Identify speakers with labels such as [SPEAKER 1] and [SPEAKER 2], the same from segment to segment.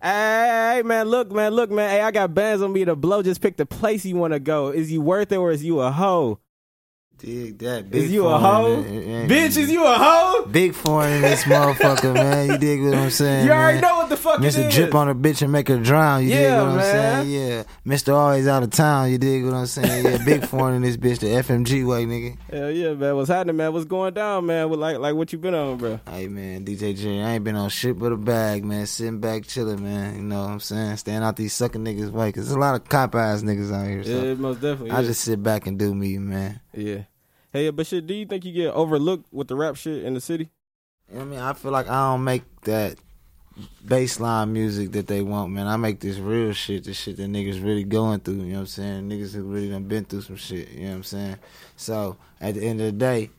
[SPEAKER 1] Hey man, look man, look man. Hey, I got bands on me to blow. Just pick the place you want to go. Is you worth it or is you a hoe?
[SPEAKER 2] Dig that. Big
[SPEAKER 1] Is you a
[SPEAKER 2] foreign,
[SPEAKER 1] hoe?
[SPEAKER 2] man. Yeah, yeah.
[SPEAKER 1] Bitch, is you a hoe?
[SPEAKER 2] Big foreign in this motherfucker, man. You dig what I'm saying?
[SPEAKER 1] You already
[SPEAKER 2] man?
[SPEAKER 1] know what the fuck it
[SPEAKER 2] Mr.
[SPEAKER 1] is.
[SPEAKER 2] Drip on a bitch and make her drown. You dig
[SPEAKER 1] Yeah,
[SPEAKER 2] what I'm
[SPEAKER 1] man.
[SPEAKER 2] saying? Yeah. Mr. Always out of town. You dig what I'm saying? Yeah. Big foreign in this bitch, the FMG way, nigga.
[SPEAKER 1] Hell yeah, man. What's happening, man? What's going down, man? What, like, like what you been on, bro?
[SPEAKER 2] Hey, man. DJ Jerry, I ain't been on shit but a bag, man. Sitting back, chilling, man. You know what I'm saying? Staying out these sucking niggas' way. Because there's a lot of cop ass niggas out here. So
[SPEAKER 1] Yeah, most definitely.
[SPEAKER 2] I
[SPEAKER 1] yeah.
[SPEAKER 2] just sit back and do me, man.
[SPEAKER 1] yeah. Hey, but shit, do you think you get overlooked with the rap shit in the city?
[SPEAKER 2] You know what I mean, I feel like I don't make that baseline music that they want, man. I make this real shit, this shit that niggas really going through, you know what I'm saying? Niggas who really done been through some shit, you know what I'm saying? So, at the end of the day,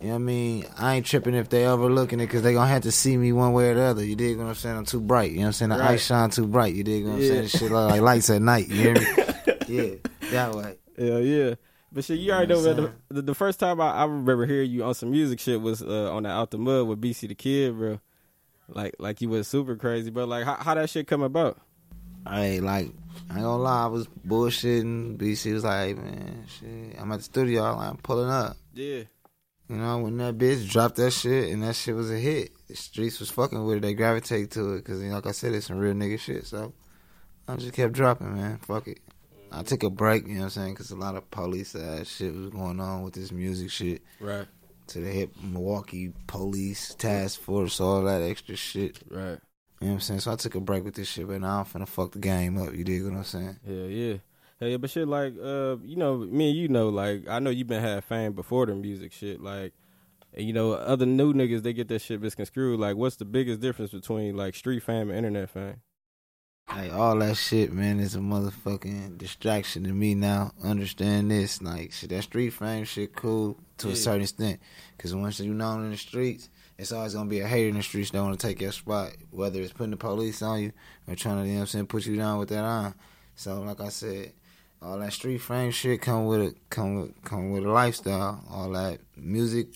[SPEAKER 2] you know what I mean? I ain't tripping if they overlooking it because they going to have to see me one way or the other. You dig what I'm saying? I'm too bright. You know what I'm saying? The
[SPEAKER 1] Right.
[SPEAKER 2] ice shine too bright. You dig what I'm
[SPEAKER 1] Yeah.
[SPEAKER 2] saying? This shit look like lights at night. You hear me? yeah, that way.
[SPEAKER 1] Hell yeah. But shit, you already
[SPEAKER 2] know
[SPEAKER 1] know.
[SPEAKER 2] what I'm
[SPEAKER 1] man, The, the first time I, I remember hearing you on some music shit was uh, on the Out the Mud with BC the Kid, bro. Like, like you was super crazy, but like, how, how that shit come about?
[SPEAKER 2] Hey, like, I ain't gonna lie, I was bullshitting. BC was like, hey, man, shit, I'm at the studio, I'm like, pulling up.
[SPEAKER 1] Yeah.
[SPEAKER 2] You know, when that bitch dropped that shit and that shit was a hit, the streets was fucking with it. They gravitate to it because, you know, like I said, it's some real nigga shit. So I just kept dropping, man. Fuck it. I took a break, you know what I'm saying, because a lot of police ass shit was going on with this music shit.
[SPEAKER 1] Right.
[SPEAKER 2] So they hit Milwaukee police task force, all that extra shit.
[SPEAKER 1] Right.
[SPEAKER 2] You know what I'm saying? So I took a break with this shit, but now I'm finna fuck the game up. You dig what I'm saying?
[SPEAKER 1] Hell yeah. Hell yeah, but shit, like, uh, you know, me and you know, like, I know you been had fame before the music shit, like, and you know, other new niggas they get that shit misconstrued. Like, what's the biggest difference between like street fame and internet fame?
[SPEAKER 2] Like all that shit, man, is a motherfucking distraction to me now. Understand this, like shit, that street fame shit, cool to
[SPEAKER 1] Yeah.
[SPEAKER 2] a certain extent, because once you known in the streets, it's always gonna be a hater in the streets that want to take your spot, whether it's putting the police on you or trying to, you know, what I'm saying, put you down with that on. So, like I said, all that street fame shit come with a come with, come with a lifestyle. All that music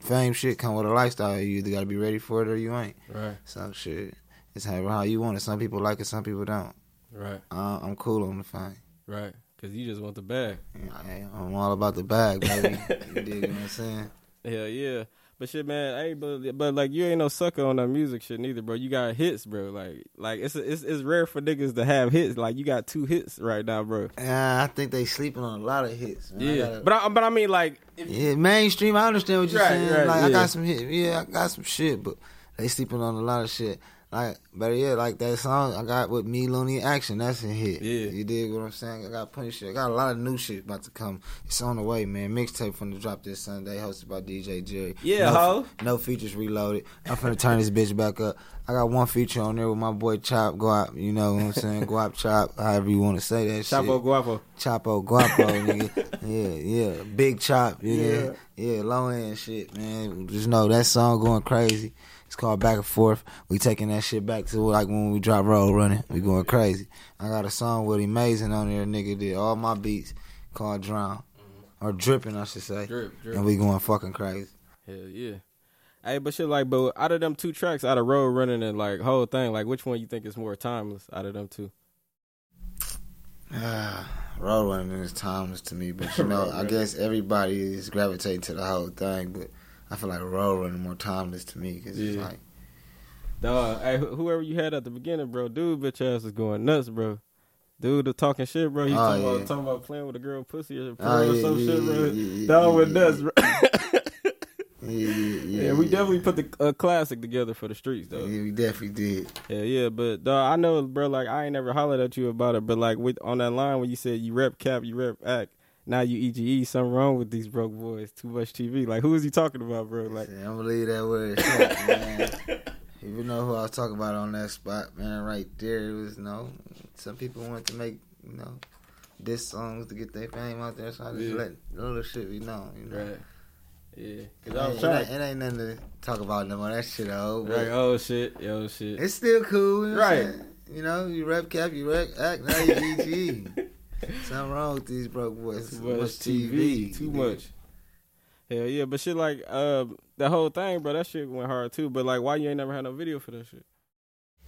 [SPEAKER 2] fame shit come with a lifestyle. You either gotta be ready for it or you ain't.
[SPEAKER 1] Right,
[SPEAKER 2] So shit, it's however how you want it. Some people like it, some people don't.
[SPEAKER 1] right,
[SPEAKER 2] Uh, I'm cool on the fine.
[SPEAKER 1] right. Cause you just want the bag.
[SPEAKER 2] I, I'm all about the bag, baby. you dig what I'm saying?
[SPEAKER 1] Hell yeah. But shit, man, hey, but but like you ain't no sucker on that music shit neither, bro. You got hits, bro. Like like it's it's it's rare for niggas to have hits. Like you got two hits right now, bro.
[SPEAKER 2] Uh, I think they sleeping on a lot of hits. Man. I gotta-
[SPEAKER 1] but I, but I mean like
[SPEAKER 2] yeah, mainstream. I understand what you're
[SPEAKER 1] Right,
[SPEAKER 2] saying.
[SPEAKER 1] right,
[SPEAKER 2] like I
[SPEAKER 1] yeah.
[SPEAKER 2] got some hit. Yeah, I got some shit, but they sleeping on a lot of shit. Like, better yeah, like that song I got with Me Looney Action. That's a hit.
[SPEAKER 1] Yeah.
[SPEAKER 2] you dig what I'm saying? I got plenty of shit. I got a lot of new shit about to come. It's on the way, man. Mixtape from the drop this Sunday, hosted by DJ Jerry.
[SPEAKER 1] Yeah,
[SPEAKER 2] no,
[SPEAKER 1] ho.
[SPEAKER 2] No features reloaded. I'm finna turn this bitch back up. I got one feature on there with my boy Chop Guap. You know what I'm saying? Guap Chop, however you want to say that shit.
[SPEAKER 1] Chapo Guapo.
[SPEAKER 2] Chapo Guapo, nigga. Yeah, yeah. Big Chop, yeah. Yeah, low end shit, man. Just know that song going crazy. It's called Back and Forth. We taking that shit back to like when we drop Road Running. We going crazy. I got a song with Amazing on there, nigga. Did all my beats called Drown. Or Dripping, I should say.
[SPEAKER 1] Drip, drip.
[SPEAKER 2] And we going fucking crazy.
[SPEAKER 1] Hell yeah. Hey, but shit, like, but out of them two tracks, out of Road Running and like whole thing, like, which one you think is more timeless out of them two?
[SPEAKER 2] Ah, Road Running is timeless to me, but you know, I guess everybody is gravitating to the whole thing, but I feel like Road Running more timeless to me because it's
[SPEAKER 1] Yeah.
[SPEAKER 2] like.
[SPEAKER 1] Dog, hey, wh- whoever you had at the beginning, bro, dude, bitch ass is going nuts, bro. Dude, the talking shit, bro. He
[SPEAKER 2] Oh,
[SPEAKER 1] talking,
[SPEAKER 2] yeah.
[SPEAKER 1] about, talking about playing with a girl pussy or,
[SPEAKER 2] Oh,
[SPEAKER 1] or
[SPEAKER 2] yeah,
[SPEAKER 1] some
[SPEAKER 2] yeah,
[SPEAKER 1] shit,
[SPEAKER 2] yeah,
[SPEAKER 1] bro.
[SPEAKER 2] yeah, yeah,
[SPEAKER 1] Dog
[SPEAKER 2] yeah,
[SPEAKER 1] with
[SPEAKER 2] yeah.
[SPEAKER 1] nuts, bro.
[SPEAKER 2] Yeah, yeah, yeah.
[SPEAKER 1] yeah, we definitely put the uh, classic together for the streets, though.
[SPEAKER 2] Yeah, we definitely did.
[SPEAKER 1] Yeah, yeah, but dog, I know, bro. Like, I ain't never hollered at you about it, but like, with on that line when you said you rep cap, you rep act, now you EGE. Something wrong with these broke boys? Too much TV. Like, who is he talking about, bro? Like,
[SPEAKER 2] I'm gonna leave that where it's at, man. Even know who I was talking about on that spot, man, right there. It was you know, some people want to make you know diss songs to get their fame out there, so I just
[SPEAKER 1] Yeah.
[SPEAKER 2] let little shit be known. You know,
[SPEAKER 1] right? Yeah,
[SPEAKER 2] it,
[SPEAKER 1] cause I was
[SPEAKER 2] ain't,
[SPEAKER 1] trying.
[SPEAKER 2] it ain't- it ain't nothing to talk about no more. That shit old. but
[SPEAKER 1] Right? Oh shit! Yo shit!
[SPEAKER 2] It's still cool, you know
[SPEAKER 1] Right.
[SPEAKER 2] right? You know, you rap cap, you rap act, now you E EG. Something wrong with these broke boys.
[SPEAKER 1] too much TV. Too much. Hell yeah, but shit, like, uh, the whole thing, bro. That shit went hard too. But like, why you ain't never had no video for that shit?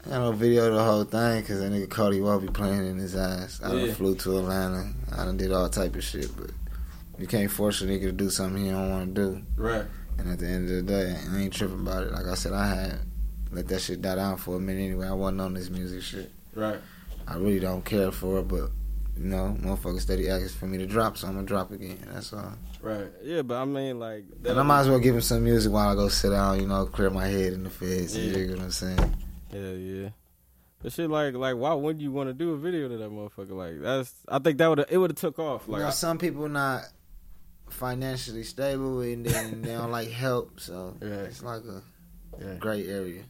[SPEAKER 2] I don't video the whole thing because that nigga Cody Wall be playing in his eyes. I done
[SPEAKER 1] Yeah.
[SPEAKER 2] flew to Atlanta. I done did all type of shit, but you can't force a nigga to do something he don't want to do.
[SPEAKER 1] Right.
[SPEAKER 2] And at the end of the day, I ain't tripping about it. Like I said, I had let that shit die down for a minute anyway. I wasn't on this music shit.
[SPEAKER 1] Right.
[SPEAKER 2] I really don't care for it, but you know, motherfuckers steady asking for me to drop, so I'm gonna drop again. That's all.
[SPEAKER 1] Right. Yeah, but I mean, like
[SPEAKER 2] And I might as well give him some music while I go sit down, you know, clear my head in the feds. You
[SPEAKER 1] Yeah.
[SPEAKER 2] dig what I'm saying?
[SPEAKER 1] Yeah, yeah. But shit, like, like, why wouldn't you want to do a video to that motherfucker? Like, that's. I think that would it would have took off.
[SPEAKER 2] Like
[SPEAKER 1] Like, I-
[SPEAKER 2] some people not financially stable and then they don't like help, so
[SPEAKER 1] Right.
[SPEAKER 2] it's like a
[SPEAKER 1] Yeah.
[SPEAKER 2] great area.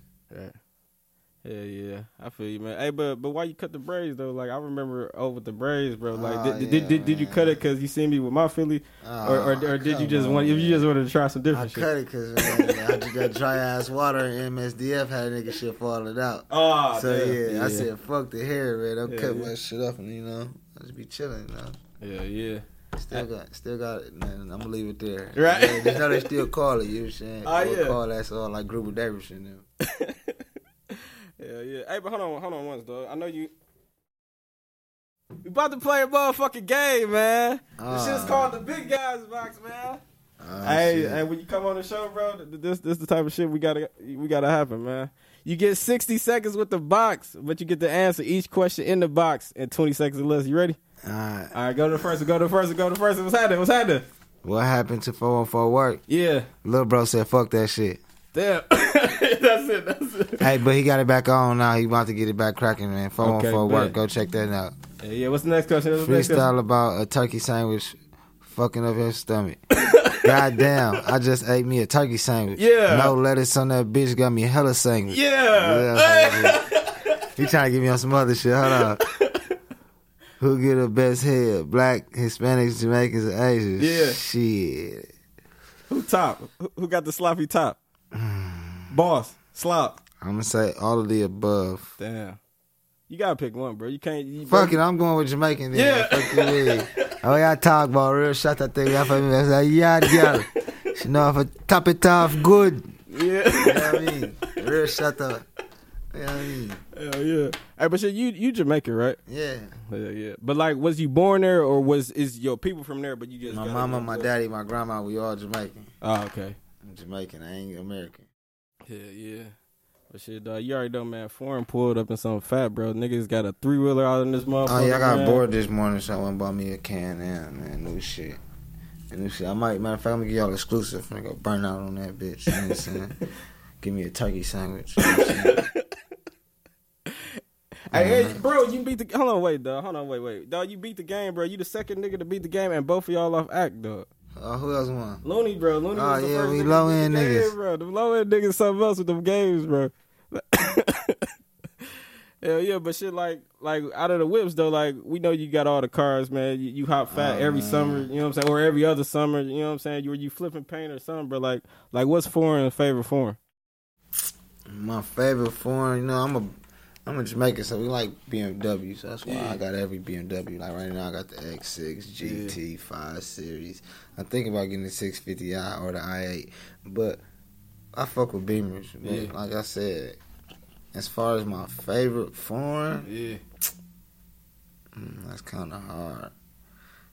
[SPEAKER 1] yeah, yeah. I feel you, man. Hey, but but why you cut the braids though? Like, I remember oh with the braids, bro. Like,
[SPEAKER 2] Oh,
[SPEAKER 1] did, did,
[SPEAKER 2] yeah,
[SPEAKER 1] did, did, you
[SPEAKER 2] man.
[SPEAKER 1] cut it because you seen me with my Philly, or
[SPEAKER 2] Ah,
[SPEAKER 1] or, or did you just want if you just wanted to try some
[SPEAKER 2] I
[SPEAKER 1] different shit?
[SPEAKER 2] cut it because I did that dry ass water and MSDF had nigga shit falling out.
[SPEAKER 1] Oh,
[SPEAKER 2] so
[SPEAKER 1] damn.
[SPEAKER 2] yeah, I said fuck the hair, man. I'm
[SPEAKER 1] Yeah,
[SPEAKER 2] cutting
[SPEAKER 1] yeah.
[SPEAKER 2] my shit up and you know I just be chilling. You know?
[SPEAKER 1] yeah, yeah.
[SPEAKER 2] Still got, still got it, man. I'm gonna leave it there.
[SPEAKER 1] Right.
[SPEAKER 2] Yeah, just know they still call it. You know what I'm saying?
[SPEAKER 1] Oh,
[SPEAKER 2] They
[SPEAKER 1] yeah.
[SPEAKER 2] Call that's all like Gruber Davis and them.
[SPEAKER 1] yeah, yeah. Hey, but hold on, hold on once, dog. I know you. We about to play a motherfucking game, man. this shit's
[SPEAKER 2] Ah.
[SPEAKER 1] called the Big Guys Box, man.
[SPEAKER 2] Oh,
[SPEAKER 1] hey,
[SPEAKER 2] shit.
[SPEAKER 1] hey, when you come on the show, bro, th- th- this this the type of shit we gotta we gotta happen, man. You get sixty seconds with the box, but you get to answer each question in the box in twenty seconds or less. You ready?
[SPEAKER 2] All right.
[SPEAKER 1] All right, go to the first. one, Go to the first. one, Go to the first. one. What's happening? What's happening?
[SPEAKER 2] What happened to 414 work?
[SPEAKER 1] Yeah.
[SPEAKER 2] Little bro said fuck that shit.
[SPEAKER 1] Damn. that's it. That's it.
[SPEAKER 2] Hey, but he got it back on now. He about to get it back cracking, man. 414
[SPEAKER 1] Okay,
[SPEAKER 2] work.
[SPEAKER 1] bet.
[SPEAKER 2] Go check that out.
[SPEAKER 1] Yeah, yeah. What's the next question? What's the next question?
[SPEAKER 2] Freestyle about a turkey sandwich fucking up his stomach. Goddamn, I just ate me a turkey sandwich.
[SPEAKER 1] Yeah.
[SPEAKER 2] No lettuce on that bitch got me hella sandwich.
[SPEAKER 1] Yeah.
[SPEAKER 2] Yeah, He trying to get me on some other shit. Hold on. Who get the best head? Black, Hispanics, Jamaicans, and Asians.
[SPEAKER 1] Yeah.
[SPEAKER 2] Shit.
[SPEAKER 1] Who top? Who- Who got the sloppy top? Boss. Slop.
[SPEAKER 2] I'm gonna say all of the above.
[SPEAKER 1] Damn. You gotta pick one, bro. You can't. You,
[SPEAKER 2] Fuck it, I'm going with Jamaican. Then.
[SPEAKER 1] Yeah.
[SPEAKER 2] Fuck you, yeah. Oh, y'all talk about real shot that thing out for me. I said, yeah, girl. She know if I top it off good. You
[SPEAKER 1] Yeah.
[SPEAKER 2] know what I mean? Real shot up. You know what I mean?
[SPEAKER 1] Hell yeah. Hey, but shit, you you Jamaican, right?
[SPEAKER 2] Yeah.
[SPEAKER 1] Yeah, yeah. But like, was you born there, or was is your people from there? But you just
[SPEAKER 2] My
[SPEAKER 1] got-
[SPEAKER 2] mama, my daddy, my grandma, we all Jamaican.
[SPEAKER 1] Oh, okay.
[SPEAKER 2] I'm Jamaican. I ain't American.
[SPEAKER 1] Yeah, yeah. But shit, dog, you already know, man. Foreign pulled up in some fat, bro. Niggas got a three wheeler out in this motherfucker.
[SPEAKER 2] Oh yeah, I got
[SPEAKER 1] man.
[SPEAKER 2] bored this morning, so I went and bought me a can and man, new shit. New shit. I might matter of fact I'm gonna give y'all exclusive I'm gonna go burn out on that bitch. You know what I'm saying? give me a turkey sandwich. You know what I'm saying?
[SPEAKER 1] Hey, hey,
[SPEAKER 2] Mm-hmm.
[SPEAKER 1] bro, you beat the. Hold on, wait, dog. Hold on, wait, wait, dog. You beat the game, bro. You the second nigga to beat the game, and both of y'all off act, dog.
[SPEAKER 2] Uh, who else won?
[SPEAKER 1] Looney, bro. Looney
[SPEAKER 2] Oh,
[SPEAKER 1] was the
[SPEAKER 2] yeah,
[SPEAKER 1] first
[SPEAKER 2] we
[SPEAKER 1] nigga to
[SPEAKER 2] low-end
[SPEAKER 1] beat the
[SPEAKER 2] niggas.
[SPEAKER 1] game, bro. The low end niggas something else with them games, bro. Hell yeah, but shit, like, like out of the whips though, like we know you got all the cars, man. You, you hop fat
[SPEAKER 2] Oh,
[SPEAKER 1] every
[SPEAKER 2] man.
[SPEAKER 1] summer, you know what I'm saying, or every other summer, you know what I'm saying. You you flipping paint or something, but like, like what's foreign favorite foreign?
[SPEAKER 2] My favorite foreign, you know, I'm a I'm a Jamaican, so we like BMW, so that's why I got every BMW. Like right now, I got the X6, GT5 series. I think about getting the 650i or the i8, but I fuck with Beamers. But
[SPEAKER 1] Yeah.
[SPEAKER 2] like I said, as far as my favorite foreign,
[SPEAKER 1] Yeah,
[SPEAKER 2] Mm, that's kind of hard.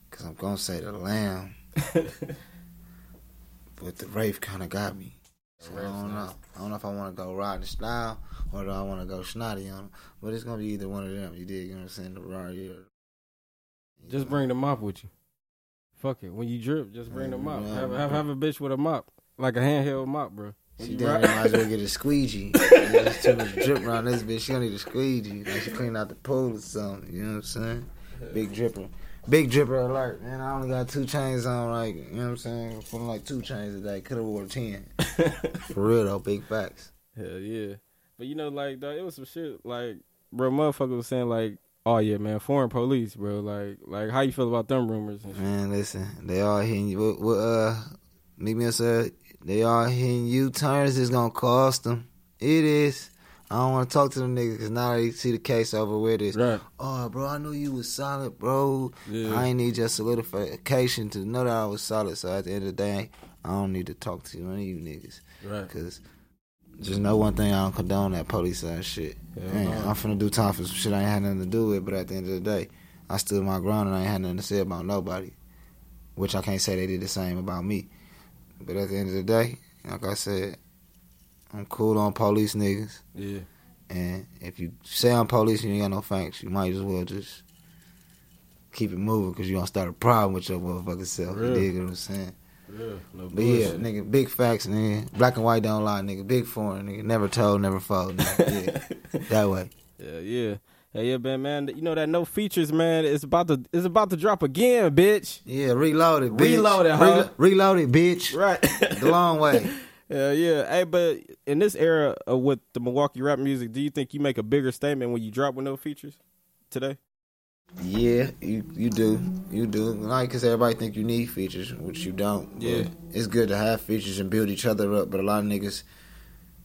[SPEAKER 2] Because I'm going to say the lamb. but the rape kind of got me. So I don't know. I don't know if I want to go riding style or do I want to go snotty on them. But it's going to be either one of them. You dig? You know what I'm saying? The Rari or.
[SPEAKER 1] just bring the mop with you. Fuck it, when you drip, just bring the mop.
[SPEAKER 2] Yeah,
[SPEAKER 1] Have,
[SPEAKER 2] bro.
[SPEAKER 1] have have a bitch with a mop, like a handheld mop, bro. When
[SPEAKER 2] She
[SPEAKER 1] you
[SPEAKER 2] damn
[SPEAKER 1] ride-
[SPEAKER 2] near might as well get a squeegee. There's too much drip around this bitch. She gonna need a squeegee. Like she clean out the pool or something. You know what I'm saying? Big dripper. Big dripper alert, man. I only got two chains on, like, you know what I'm saying? Putting like two chains a day. Could have wore ten. For real though, big facts.
[SPEAKER 1] Hell yeah. But you know, like dog, it was some shit like bro, motherfucker was saying like, Oh yeah, man, foreign police, bro. Like like how you feel about them rumors and shit.
[SPEAKER 2] Man, listen, they all hitting you. What, what, uh, meet me sir. They all hitting you. Turns is gonna cost them. It is. I don't want to talk to them niggas because now they see the case over with this.
[SPEAKER 1] Right.
[SPEAKER 2] Oh, bro, I knew you was solid, bro.
[SPEAKER 1] Yeah.
[SPEAKER 2] I ain't need your solidification to know that I was solid. So at the end of the day, I don't need to talk to none of you niggas
[SPEAKER 1] Right.
[SPEAKER 2] because Just know one thing, I don't condone that police ass shit.
[SPEAKER 1] Hell
[SPEAKER 2] Man,
[SPEAKER 1] no.
[SPEAKER 2] I'm finna do time for some shit I ain't had nothing to do with, but at the end of the day, I stood my ground and I ain't had nothing to say about nobody. Which I can't say they did the same about me. But at the end of the day, like I said, I'm cool on police niggas.
[SPEAKER 1] Yeah.
[SPEAKER 2] And if you say I'm police and you ain't got no facts, you might as well just keep it moving because you gonna start a problem with your motherfucking self. You
[SPEAKER 1] Real.
[SPEAKER 2] dig what I'm saying?
[SPEAKER 1] Yeah. No
[SPEAKER 2] But yeah, nigga, big facts, nigga. Black and white don't lie, nigga. Big foreign, nigga. Never told, never fold. Nigga. Yeah, that way.
[SPEAKER 1] Yeah, yeah. Hey, yeah, man, man. You know that no features, man. It's about to it's about to drop again, bitch.
[SPEAKER 2] Yeah, reload it, bitch.
[SPEAKER 1] Reload it,
[SPEAKER 2] Relo-
[SPEAKER 1] huh?
[SPEAKER 2] reload it, bitch.
[SPEAKER 1] Right.
[SPEAKER 2] The long way.
[SPEAKER 1] Yeah, yeah. Hey, but in this era of with the Milwaukee rap music, do you think you make a bigger statement when you drop with no features today?
[SPEAKER 2] Yeah, you you do, you do. Like, cause everybody think you need features, which you don't. but
[SPEAKER 1] Yeah.
[SPEAKER 2] it's good to have features and build each other up. But a lot of niggas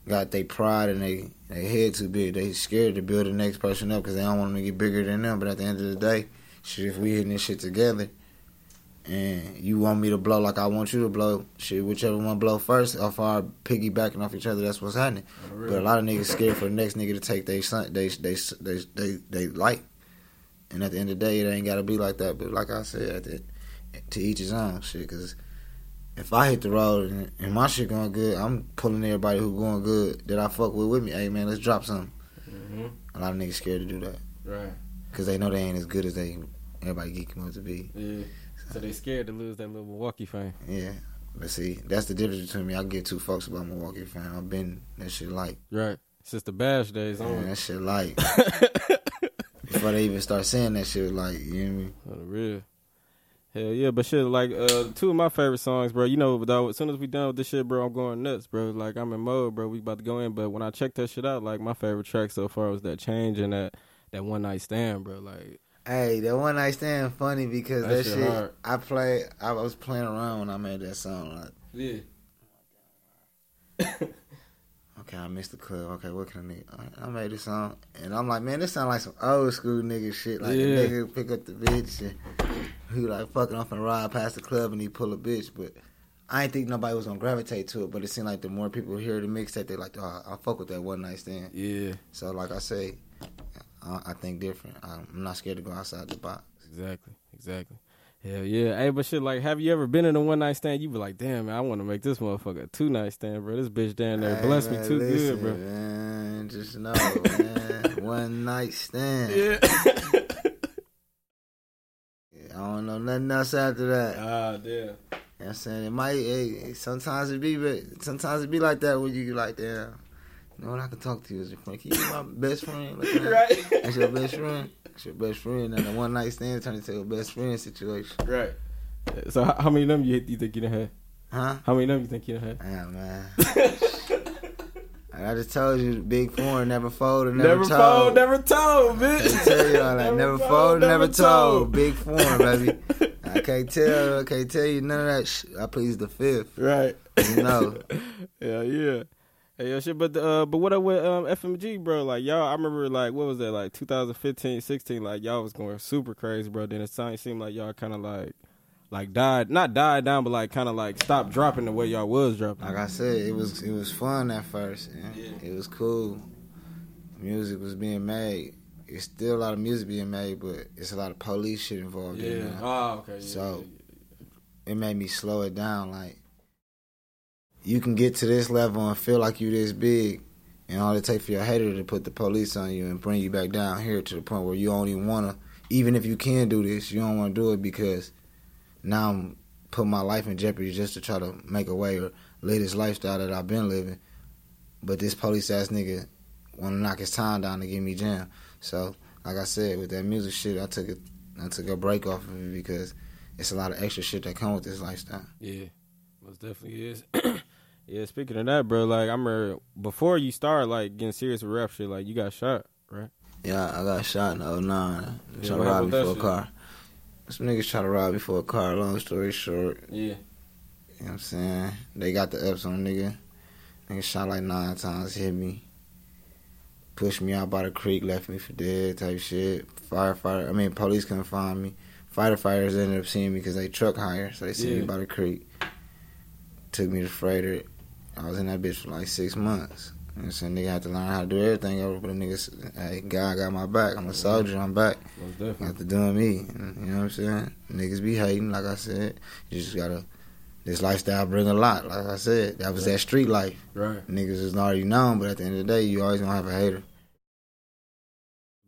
[SPEAKER 2] got they pride and they they head too big. They scared to build the next person up because they don't want them to get bigger than them. But at the end of the day, shit, if we hitting this shit together, and you want me to blow like I want you to blow, shit, whichever one blow first, off our piggybacking off each other, that's what's happening. But a lot of niggas scared for the next nigga to take they son, they they they they they light. And at the end of the day, it ain't gotta be like that. But like I said, at the, to each his own shit. Cause if I hit the road and, and my shit going good, I'm pulling everybody who going good that I fuck with with me. Hey man, let's drop something.
[SPEAKER 1] Mm-hmm.
[SPEAKER 2] A lot of niggas scared to do that
[SPEAKER 1] Right.
[SPEAKER 2] because they know they ain't as good as they everybody geeking them up to be.
[SPEAKER 1] Yeah. So they scared to lose that little Milwaukee fame.
[SPEAKER 2] Yeah. But see, that's the difference between me. I give two fucks about Milwaukee fan. I've been that shit light.
[SPEAKER 1] Right. Since the bash days
[SPEAKER 2] Man,
[SPEAKER 1] on.
[SPEAKER 2] that shit light. Before they even start saying that shit, like, you know what I mean?
[SPEAKER 1] On the real. Hell yeah, but shit, like uh, two of my favorite songs, bro. You know, though, as soon as we done with this shit, bro, I'm going nuts, bro. Like I'm in mode, bro. We about to go in, but when I checked that shit out, like my favorite track so far was that change and that that one night stand, bro. Like
[SPEAKER 2] Hey, that one night stand funny because
[SPEAKER 1] That
[SPEAKER 2] that,
[SPEAKER 1] shit
[SPEAKER 2] shit,
[SPEAKER 1] hard.
[SPEAKER 2] I play. I was playing around when I made that song. Like,
[SPEAKER 1] yeah,
[SPEAKER 2] okay, I missed the club. Okay, what can I nigga? I- I made this song, and I'm like, man, this sound like some old school nigga shit. Like
[SPEAKER 1] Yeah.
[SPEAKER 2] the nigga pick up the bitch and he like fucking off and ride past the club and he pull a bitch. But I ain't think nobody was gonna gravitate to it. But it seemed like the more people hear the mixtape, they like, oh, I fuck with that one night stand.
[SPEAKER 1] yeah,
[SPEAKER 2] So like I say, I, I think different. I'm not scared to go outside the box.
[SPEAKER 1] exactly, exactly. Hell yeah, hey, but shit, like, have you ever been in a one night stand? You be like, damn, man, I want to make this motherfucker a two night stand, bro. This bitch down there
[SPEAKER 2] Hey,
[SPEAKER 1] bless me
[SPEAKER 2] man,
[SPEAKER 1] too
[SPEAKER 2] listen,
[SPEAKER 1] good, bro.
[SPEAKER 2] Man, just know, man. One night stand. I don't know nothing else after that.
[SPEAKER 1] ah, damn.
[SPEAKER 2] You know what I'm saying it might. It, it- sometimes it be, but sometimes it be like that when you you like, damn. You know what I can talk to you as your friend. Can you be my best friend? Like, man, That's your best friend. That's your best friend. And the one night stand turned into a best friend situation,
[SPEAKER 1] right. So, how, how many of them you, you think you done had?
[SPEAKER 2] huh?
[SPEAKER 1] How many of them you think you done had?
[SPEAKER 2] Yeah, man. I just told you, big foreign never fold and never,
[SPEAKER 1] Never
[SPEAKER 2] told.
[SPEAKER 1] fold, never told,
[SPEAKER 2] I
[SPEAKER 1] bitch.
[SPEAKER 2] can't tell you all that. Never fold, never told. Big form, baby. I can't tell. I can't tell you none of that. Sh- I please the fifth.
[SPEAKER 1] Right.
[SPEAKER 2] You know.
[SPEAKER 1] yeah, yeah. Hey, yo, shit, but uh, but what up with um FMG, bro? Like y'all, I remember like what was that like 2015, 16? Like y'all was going super crazy, bro. Then it sound- seemed like y'all kind of like like died, not died down, but like kind of like stopped dropping the way y'all was dropping.
[SPEAKER 2] Like I said, it was it was fun at first. And
[SPEAKER 1] Yeah.
[SPEAKER 2] It was cool. Music was being made. It's still a lot of music being made, but it's a lot of police shit involved. in it.
[SPEAKER 1] Oh, okay.
[SPEAKER 2] So- it made me slow it down. Like, you can get to this level and feel like you this big, and all it takes for your hater to put the police on you and bring you back down here to the point where you don't even wanna. Even if you can do this, you don't want to do it because now I'm putting my life in jeopardy just to try to make a way or live this lifestyle that I've been living. But this police ass nigga want to knock his time down to get me jammed. So, like I said, with that music shit, I took a, I took a break off of it because it's a lot of extra shit that come with this lifestyle.
[SPEAKER 1] Yeah, most definitely is. yeah, speaking of that, bro, like I remember before you started like getting serious with rap shit, like you got shot, right?
[SPEAKER 2] Yeah, I got shot in 09.
[SPEAKER 1] Yeah,
[SPEAKER 2] trying
[SPEAKER 1] what
[SPEAKER 2] to rob me
[SPEAKER 1] happened
[SPEAKER 2] for
[SPEAKER 1] with
[SPEAKER 2] a
[SPEAKER 1] that
[SPEAKER 2] car. Some niggas try to rob me for a car, long story short.
[SPEAKER 1] Yeah.
[SPEAKER 2] You know what I'm saying? They got the ups on a nigga. Nigga shot like nine times, hit me. Pushed me out by the creek, left me for dead type shit. Firefighter, I mean, police couldn't find me. Firefighters ended up seeing me because they truck hire, so they seen
[SPEAKER 1] Yeah.
[SPEAKER 2] me by the creek. Took me to Freighter. I was in that bitch for like six months. You know what I'm saying? Nigga have to learn how to do everything over, but a nigga, s- hey, God got my back. I'm a soldier, I'm back.
[SPEAKER 1] Most definitely.
[SPEAKER 2] Got to doing me. You know what I'm saying? Niggas be hating, like I said. You just gotta, this lifestyle bring a lot, like I said. That was that street life.
[SPEAKER 1] Right.
[SPEAKER 2] Niggas is already known, but at the end of the day, you always gonna have a hater.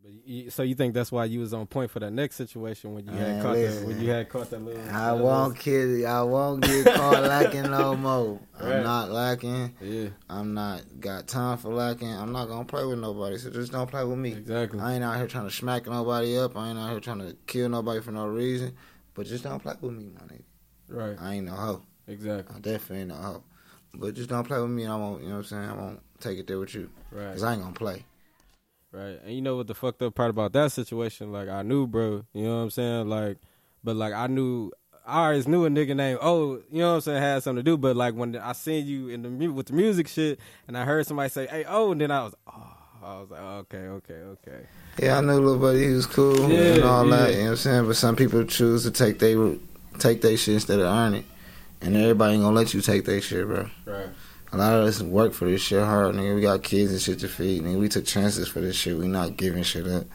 [SPEAKER 1] But you, so you think that's why you was on point for that next situation when you had
[SPEAKER 2] Man,
[SPEAKER 1] caught that
[SPEAKER 2] listen.
[SPEAKER 1] when you had caught that little.
[SPEAKER 2] I
[SPEAKER 1] that
[SPEAKER 2] won't kid I won't get caught lacking no more.
[SPEAKER 1] Right.
[SPEAKER 2] I'm not lacking.
[SPEAKER 1] Little, yeah.
[SPEAKER 2] I'm not got time for lacking. I'm not gonna play with nobody, so just don't play with me.
[SPEAKER 1] Exactly.
[SPEAKER 2] I ain't out here trying to smack nobody up. I ain't out here trying to kill nobody for no reason. But just don't play with me, my nigga.
[SPEAKER 1] Right.
[SPEAKER 2] I ain't no hoe.
[SPEAKER 1] Exactly.
[SPEAKER 2] I definitely ain't no hoe. But just don't play with me, and I won't. You know what I'm saying? I won't take it there with you,
[SPEAKER 1] Right.
[SPEAKER 2] cause I ain't gonna play.
[SPEAKER 1] Right. And you know what the fucked up part about that situation? Like I knew, bro. You know what I'm saying? Like, but like I knew. I always knew a nigga named Oh, you know what I'm saying, had something to do. But like when I seen you in the mu- with the music shit, and I heard somebody say, "Hey, oh," and then I was, oh, I was like, okay, okay, okay,
[SPEAKER 2] Yeah, I knew little buddy. He was cool and
[SPEAKER 1] Yeah,
[SPEAKER 2] all
[SPEAKER 1] yeah.
[SPEAKER 2] that. You know what I'm saying? But some people choose to take they take they shit instead of earn it, and everybody ain't gonna let you take their shit, bro.
[SPEAKER 1] right,
[SPEAKER 2] A lot of us work for this shit hard, nigga. We got kids and shit to feed, nigga. We took chances for this shit. We not giving shit up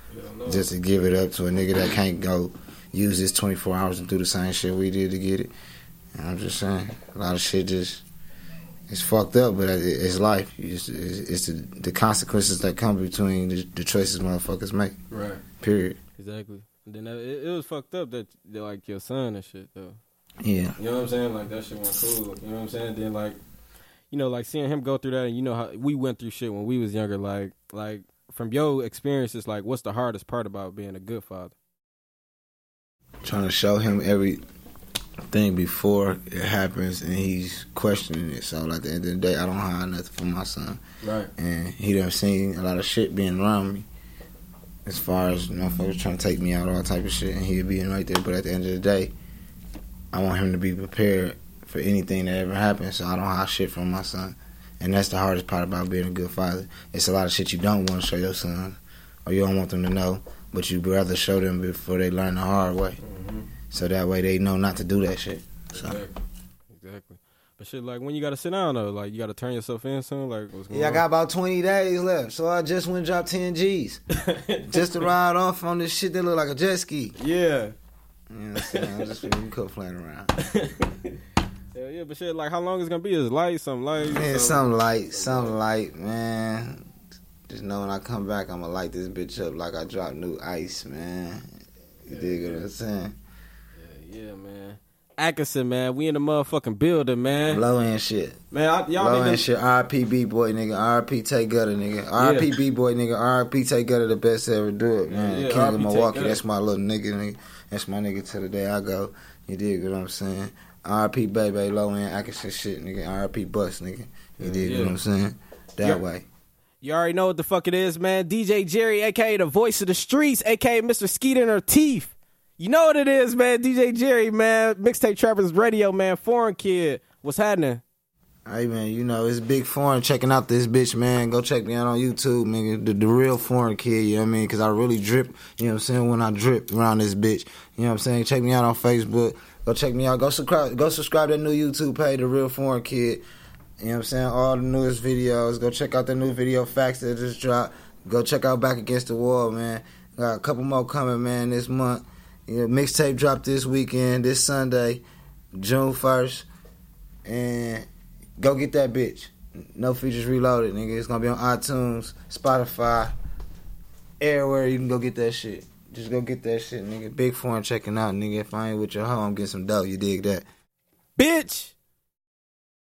[SPEAKER 2] just to give it up to a nigga that can't go use this 24 hours and do the same shit we did to get it. And I'm just saying, a lot of shit just it's fucked up, but it- it's life. You just, it's it's the, the consequences that come between the, the choices motherfuckers make.
[SPEAKER 1] right.
[SPEAKER 2] Period.
[SPEAKER 1] Exactly. And then that, it, it was fucked up that, that like your son and shit though.
[SPEAKER 2] Yeah.
[SPEAKER 1] You know what I'm saying? Like that shit went cool. You know what I'm saying? Then like, you know, like seeing him go through that, and you know how we went through shit when we was younger. Like, like from your experiences, like what's the hardest part about being a good father?
[SPEAKER 2] trying to show him everything before it happens, and he's questioning it. So, like, at the end of the day, I don't hide nothing from my son,
[SPEAKER 1] Right.
[SPEAKER 2] and he done seen a lot of shit being around me. As far as motherfuckers trying to take me out, all type of shit, and he'll be in right there. But at the end of the day, I want him to be prepared for anything that ever happens. So I don't hide shit from my son, and that's the hardest part about being a good father. It's a lot of shit you don't want to show your son, or you don't want them to know, but you'd rather show them before they learn the hard way.
[SPEAKER 1] Mm-hmm.
[SPEAKER 2] So that way they know not to do that shit. So.
[SPEAKER 1] Exactly. But shit, like when you gotta sit down though, like you gotta turn yourself in soon. Like what's going
[SPEAKER 2] Yeah, I
[SPEAKER 1] on?
[SPEAKER 2] got about 20 days left. So I just went and dropped 10 G's. just to ride off on this shit that look like a jet ski.
[SPEAKER 1] yeah.
[SPEAKER 2] You know what I'm saying? I'm just finna go flying around.
[SPEAKER 1] Yeah, yeah, but shit, like how long is it gonna be? Is light, something light,
[SPEAKER 2] Man, something light, something light, man. Just know when I come back, I'ma light this bitch up like I dropped new ice, man. You dig what I'm saying?
[SPEAKER 1] Yeah, man. Atkinson, man, we in the motherfucking building, man.
[SPEAKER 2] Low end shit.
[SPEAKER 1] Man, I, y'all
[SPEAKER 2] Low
[SPEAKER 1] need
[SPEAKER 2] end
[SPEAKER 1] to
[SPEAKER 2] shit. RP B boy nigga. RP Tay Gutter nigga. RP B boy nigga. RP Tay Gutter the best to ever do it, man.
[SPEAKER 1] Yeah, yeah,
[SPEAKER 2] King
[SPEAKER 1] R.P.
[SPEAKER 2] of
[SPEAKER 1] Tay
[SPEAKER 2] Milwaukee.
[SPEAKER 1] Gutter.
[SPEAKER 2] That's my little nigga, nigga. That's my nigga till the day I go. You dig what I'm saying? RP Baby Low End Atkinson shit, nigga. RP Bus, nigga. You dig
[SPEAKER 1] yeah.
[SPEAKER 2] what I'm saying? That
[SPEAKER 1] Yeah.
[SPEAKER 2] way.
[SPEAKER 1] You already know what the fuck it is, man. DJ Jerry, aka the voice of the streets, aka Mr. Skeet in her teeth. You know what it is, man. DJ Jerry, man. Mixtape Trappers Radio, man. Foreign kid. What's happening?
[SPEAKER 2] Hey man, you know it's big foreign checking out this bitch, man. Go check me out on YouTube, nigga. The, the real foreign kid, you know what I mean? Cause I really drip, you know what I'm saying, when I drip around this bitch. You know what I'm saying? Check me out on Facebook. Go check me out. Go subscribe go subscribe to that new YouTube page, The Real Foreign Kid. You know what I'm saying? All the newest videos. Go check out the new video facts that just dropped. Go check out Back Against the Wall, man. Got a couple more coming, man, this month. You know, mixtape dropped this weekend, this Sunday, June first. And Go get that bitch. No features reloaded, nigga. It's gonna be on iTunes, Spotify, everywhere you can go get that shit. Just go get that shit, nigga. Big foreign checking out, nigga. If I ain't with your hoe, I'm getting some dough. You dig that?
[SPEAKER 1] Bitch.